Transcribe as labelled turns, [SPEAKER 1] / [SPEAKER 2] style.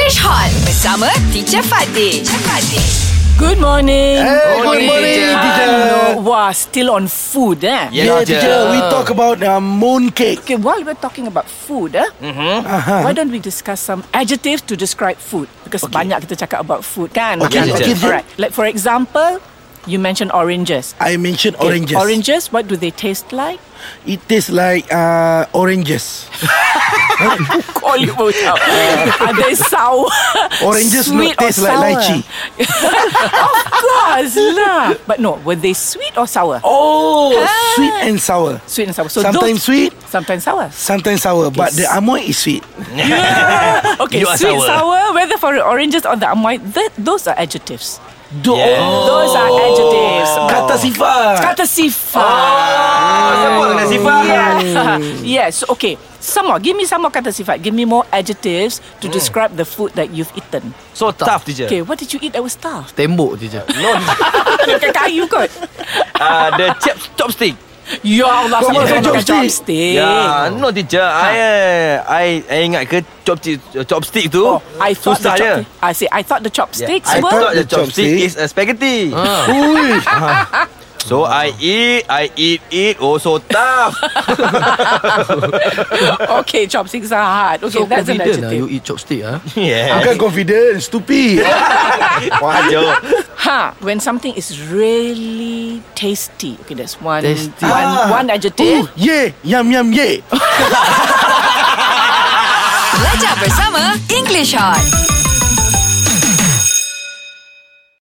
[SPEAKER 1] Fresh Hot bersama Teacher Fatih. Teacher Fatih.
[SPEAKER 2] Good morning.
[SPEAKER 3] Hey, good
[SPEAKER 4] Morning,
[SPEAKER 3] morning,
[SPEAKER 4] teacher.
[SPEAKER 3] teacher.
[SPEAKER 2] Hello. Wow, still on food, eh?
[SPEAKER 4] Yeah,
[SPEAKER 3] Yeah,
[SPEAKER 4] teacher.
[SPEAKER 3] teacher, we talk about uh, mooncake.
[SPEAKER 2] Okay, while we're talking about food, eh? Mm-hmm.
[SPEAKER 3] Uh-huh.
[SPEAKER 2] Why don't we discuss some adjectives to describe food? Because banyak kita cakap about food, kan?
[SPEAKER 3] Okay,
[SPEAKER 2] Makanan.
[SPEAKER 3] okay, teacher.
[SPEAKER 2] Alright. Like for example, you mentioned oranges.
[SPEAKER 3] I mentioned
[SPEAKER 2] Okay,
[SPEAKER 3] oranges.
[SPEAKER 2] Oranges, what do they taste like?
[SPEAKER 3] It tastes like uh, oranges.
[SPEAKER 2] Call you both out. Are they sour?
[SPEAKER 3] Oranges
[SPEAKER 2] sweet
[SPEAKER 3] look
[SPEAKER 2] or
[SPEAKER 3] taste like
[SPEAKER 2] sour?
[SPEAKER 3] lychee.
[SPEAKER 2] Of course lah. But no, were they sweet or sour?
[SPEAKER 3] Oh, sweet and sour.
[SPEAKER 2] Sweet and sour. Ha. So those-
[SPEAKER 3] Sometimes sweet,
[SPEAKER 2] Sometimes sour.
[SPEAKER 3] sometimes sour. But the amoy is sweet.
[SPEAKER 2] Okay,
[SPEAKER 4] You are
[SPEAKER 2] sweet,
[SPEAKER 4] sour.
[SPEAKER 2] sour, whether for oranges or the amoy, th- those are adjectives.
[SPEAKER 3] Do-
[SPEAKER 4] Yeah.
[SPEAKER 2] Those are adjectives.
[SPEAKER 3] Kata sifat.
[SPEAKER 2] Kata sifat.
[SPEAKER 4] Siapa dengan sifat?
[SPEAKER 2] Yeah. yes, okay. Some more. Give me some more kata sifat. Give me more adjectives to describe the food that you've eaten.
[SPEAKER 4] So tough teacher.
[SPEAKER 2] Okay, what did you eat that was tough?
[SPEAKER 5] Tembok teacher
[SPEAKER 2] Makan kayu kot.
[SPEAKER 4] Uh, the chap chopstick.
[SPEAKER 2] Ya Allah,
[SPEAKER 3] Kau
[SPEAKER 2] sama
[SPEAKER 3] makan
[SPEAKER 2] dengan
[SPEAKER 3] chopstick.
[SPEAKER 2] chopstick.
[SPEAKER 4] Ya, no teacher.
[SPEAKER 2] Ha.
[SPEAKER 4] I I I ingat ke chopstick chopstick tu
[SPEAKER 2] Oh, I thought
[SPEAKER 4] susah
[SPEAKER 2] the
[SPEAKER 4] je.
[SPEAKER 2] chopstick. I say I thought the chopsticks
[SPEAKER 4] I
[SPEAKER 2] were
[SPEAKER 4] thought the
[SPEAKER 3] the chopstick.
[SPEAKER 4] chopstick is a spaghetti.
[SPEAKER 2] Ah.
[SPEAKER 4] Ha.
[SPEAKER 3] Ui,
[SPEAKER 4] So I eat, I eat, eat. Oh so tough.
[SPEAKER 2] okay. Chopsticks are hard. Okay,
[SPEAKER 5] So
[SPEAKER 2] that's an
[SPEAKER 5] confident lah
[SPEAKER 2] adjective.
[SPEAKER 5] You eat chopstick ah.
[SPEAKER 4] yeah.
[SPEAKER 3] bukan confident, stupid.
[SPEAKER 2] Eh?
[SPEAKER 4] Aduh.
[SPEAKER 2] Ha, when something is really tasty. Okay, that's one
[SPEAKER 5] Tasty.
[SPEAKER 2] one,
[SPEAKER 3] Ah.
[SPEAKER 2] one adjective.
[SPEAKER 3] Ooh, yeah, yum yum yeah.
[SPEAKER 1] Belajar bersama English Hot.